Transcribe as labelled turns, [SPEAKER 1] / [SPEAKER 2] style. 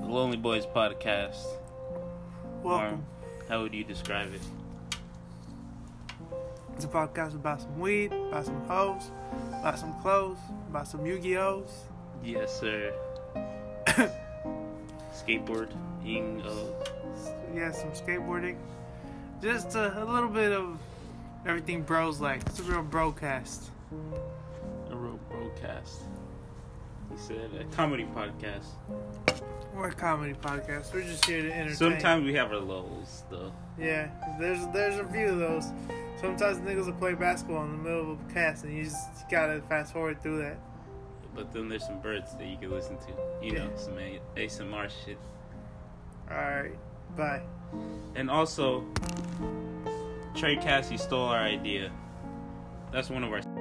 [SPEAKER 1] Lonely Boys podcast.
[SPEAKER 2] Welcome.
[SPEAKER 1] Or how would you describe it?
[SPEAKER 2] It's a podcast about some weed, about some hoes, about some clothes, about some Yu-Gi-Ohs.
[SPEAKER 1] Yes, sir. Skateboarding. Of,
[SPEAKER 2] Yeah, some skateboarding. Just a, a little bit of everything bros like. It's a real brocast.
[SPEAKER 1] a real broadcast. He said a comedy podcast.
[SPEAKER 2] We're a comedy podcast. We're just here to entertain.
[SPEAKER 1] Sometimes we have our lulls, though.
[SPEAKER 2] Yeah, there's there's a few of those. Sometimes niggas will play basketball in the middle of a cast, and you just gotta fast forward through that.
[SPEAKER 1] But then there's some birds that you can listen to. You know,
[SPEAKER 2] Yeah.
[SPEAKER 1] some A- ASMR shit.
[SPEAKER 2] All right, bye.
[SPEAKER 1] And also, Trey Cassie stole our idea. That's one of our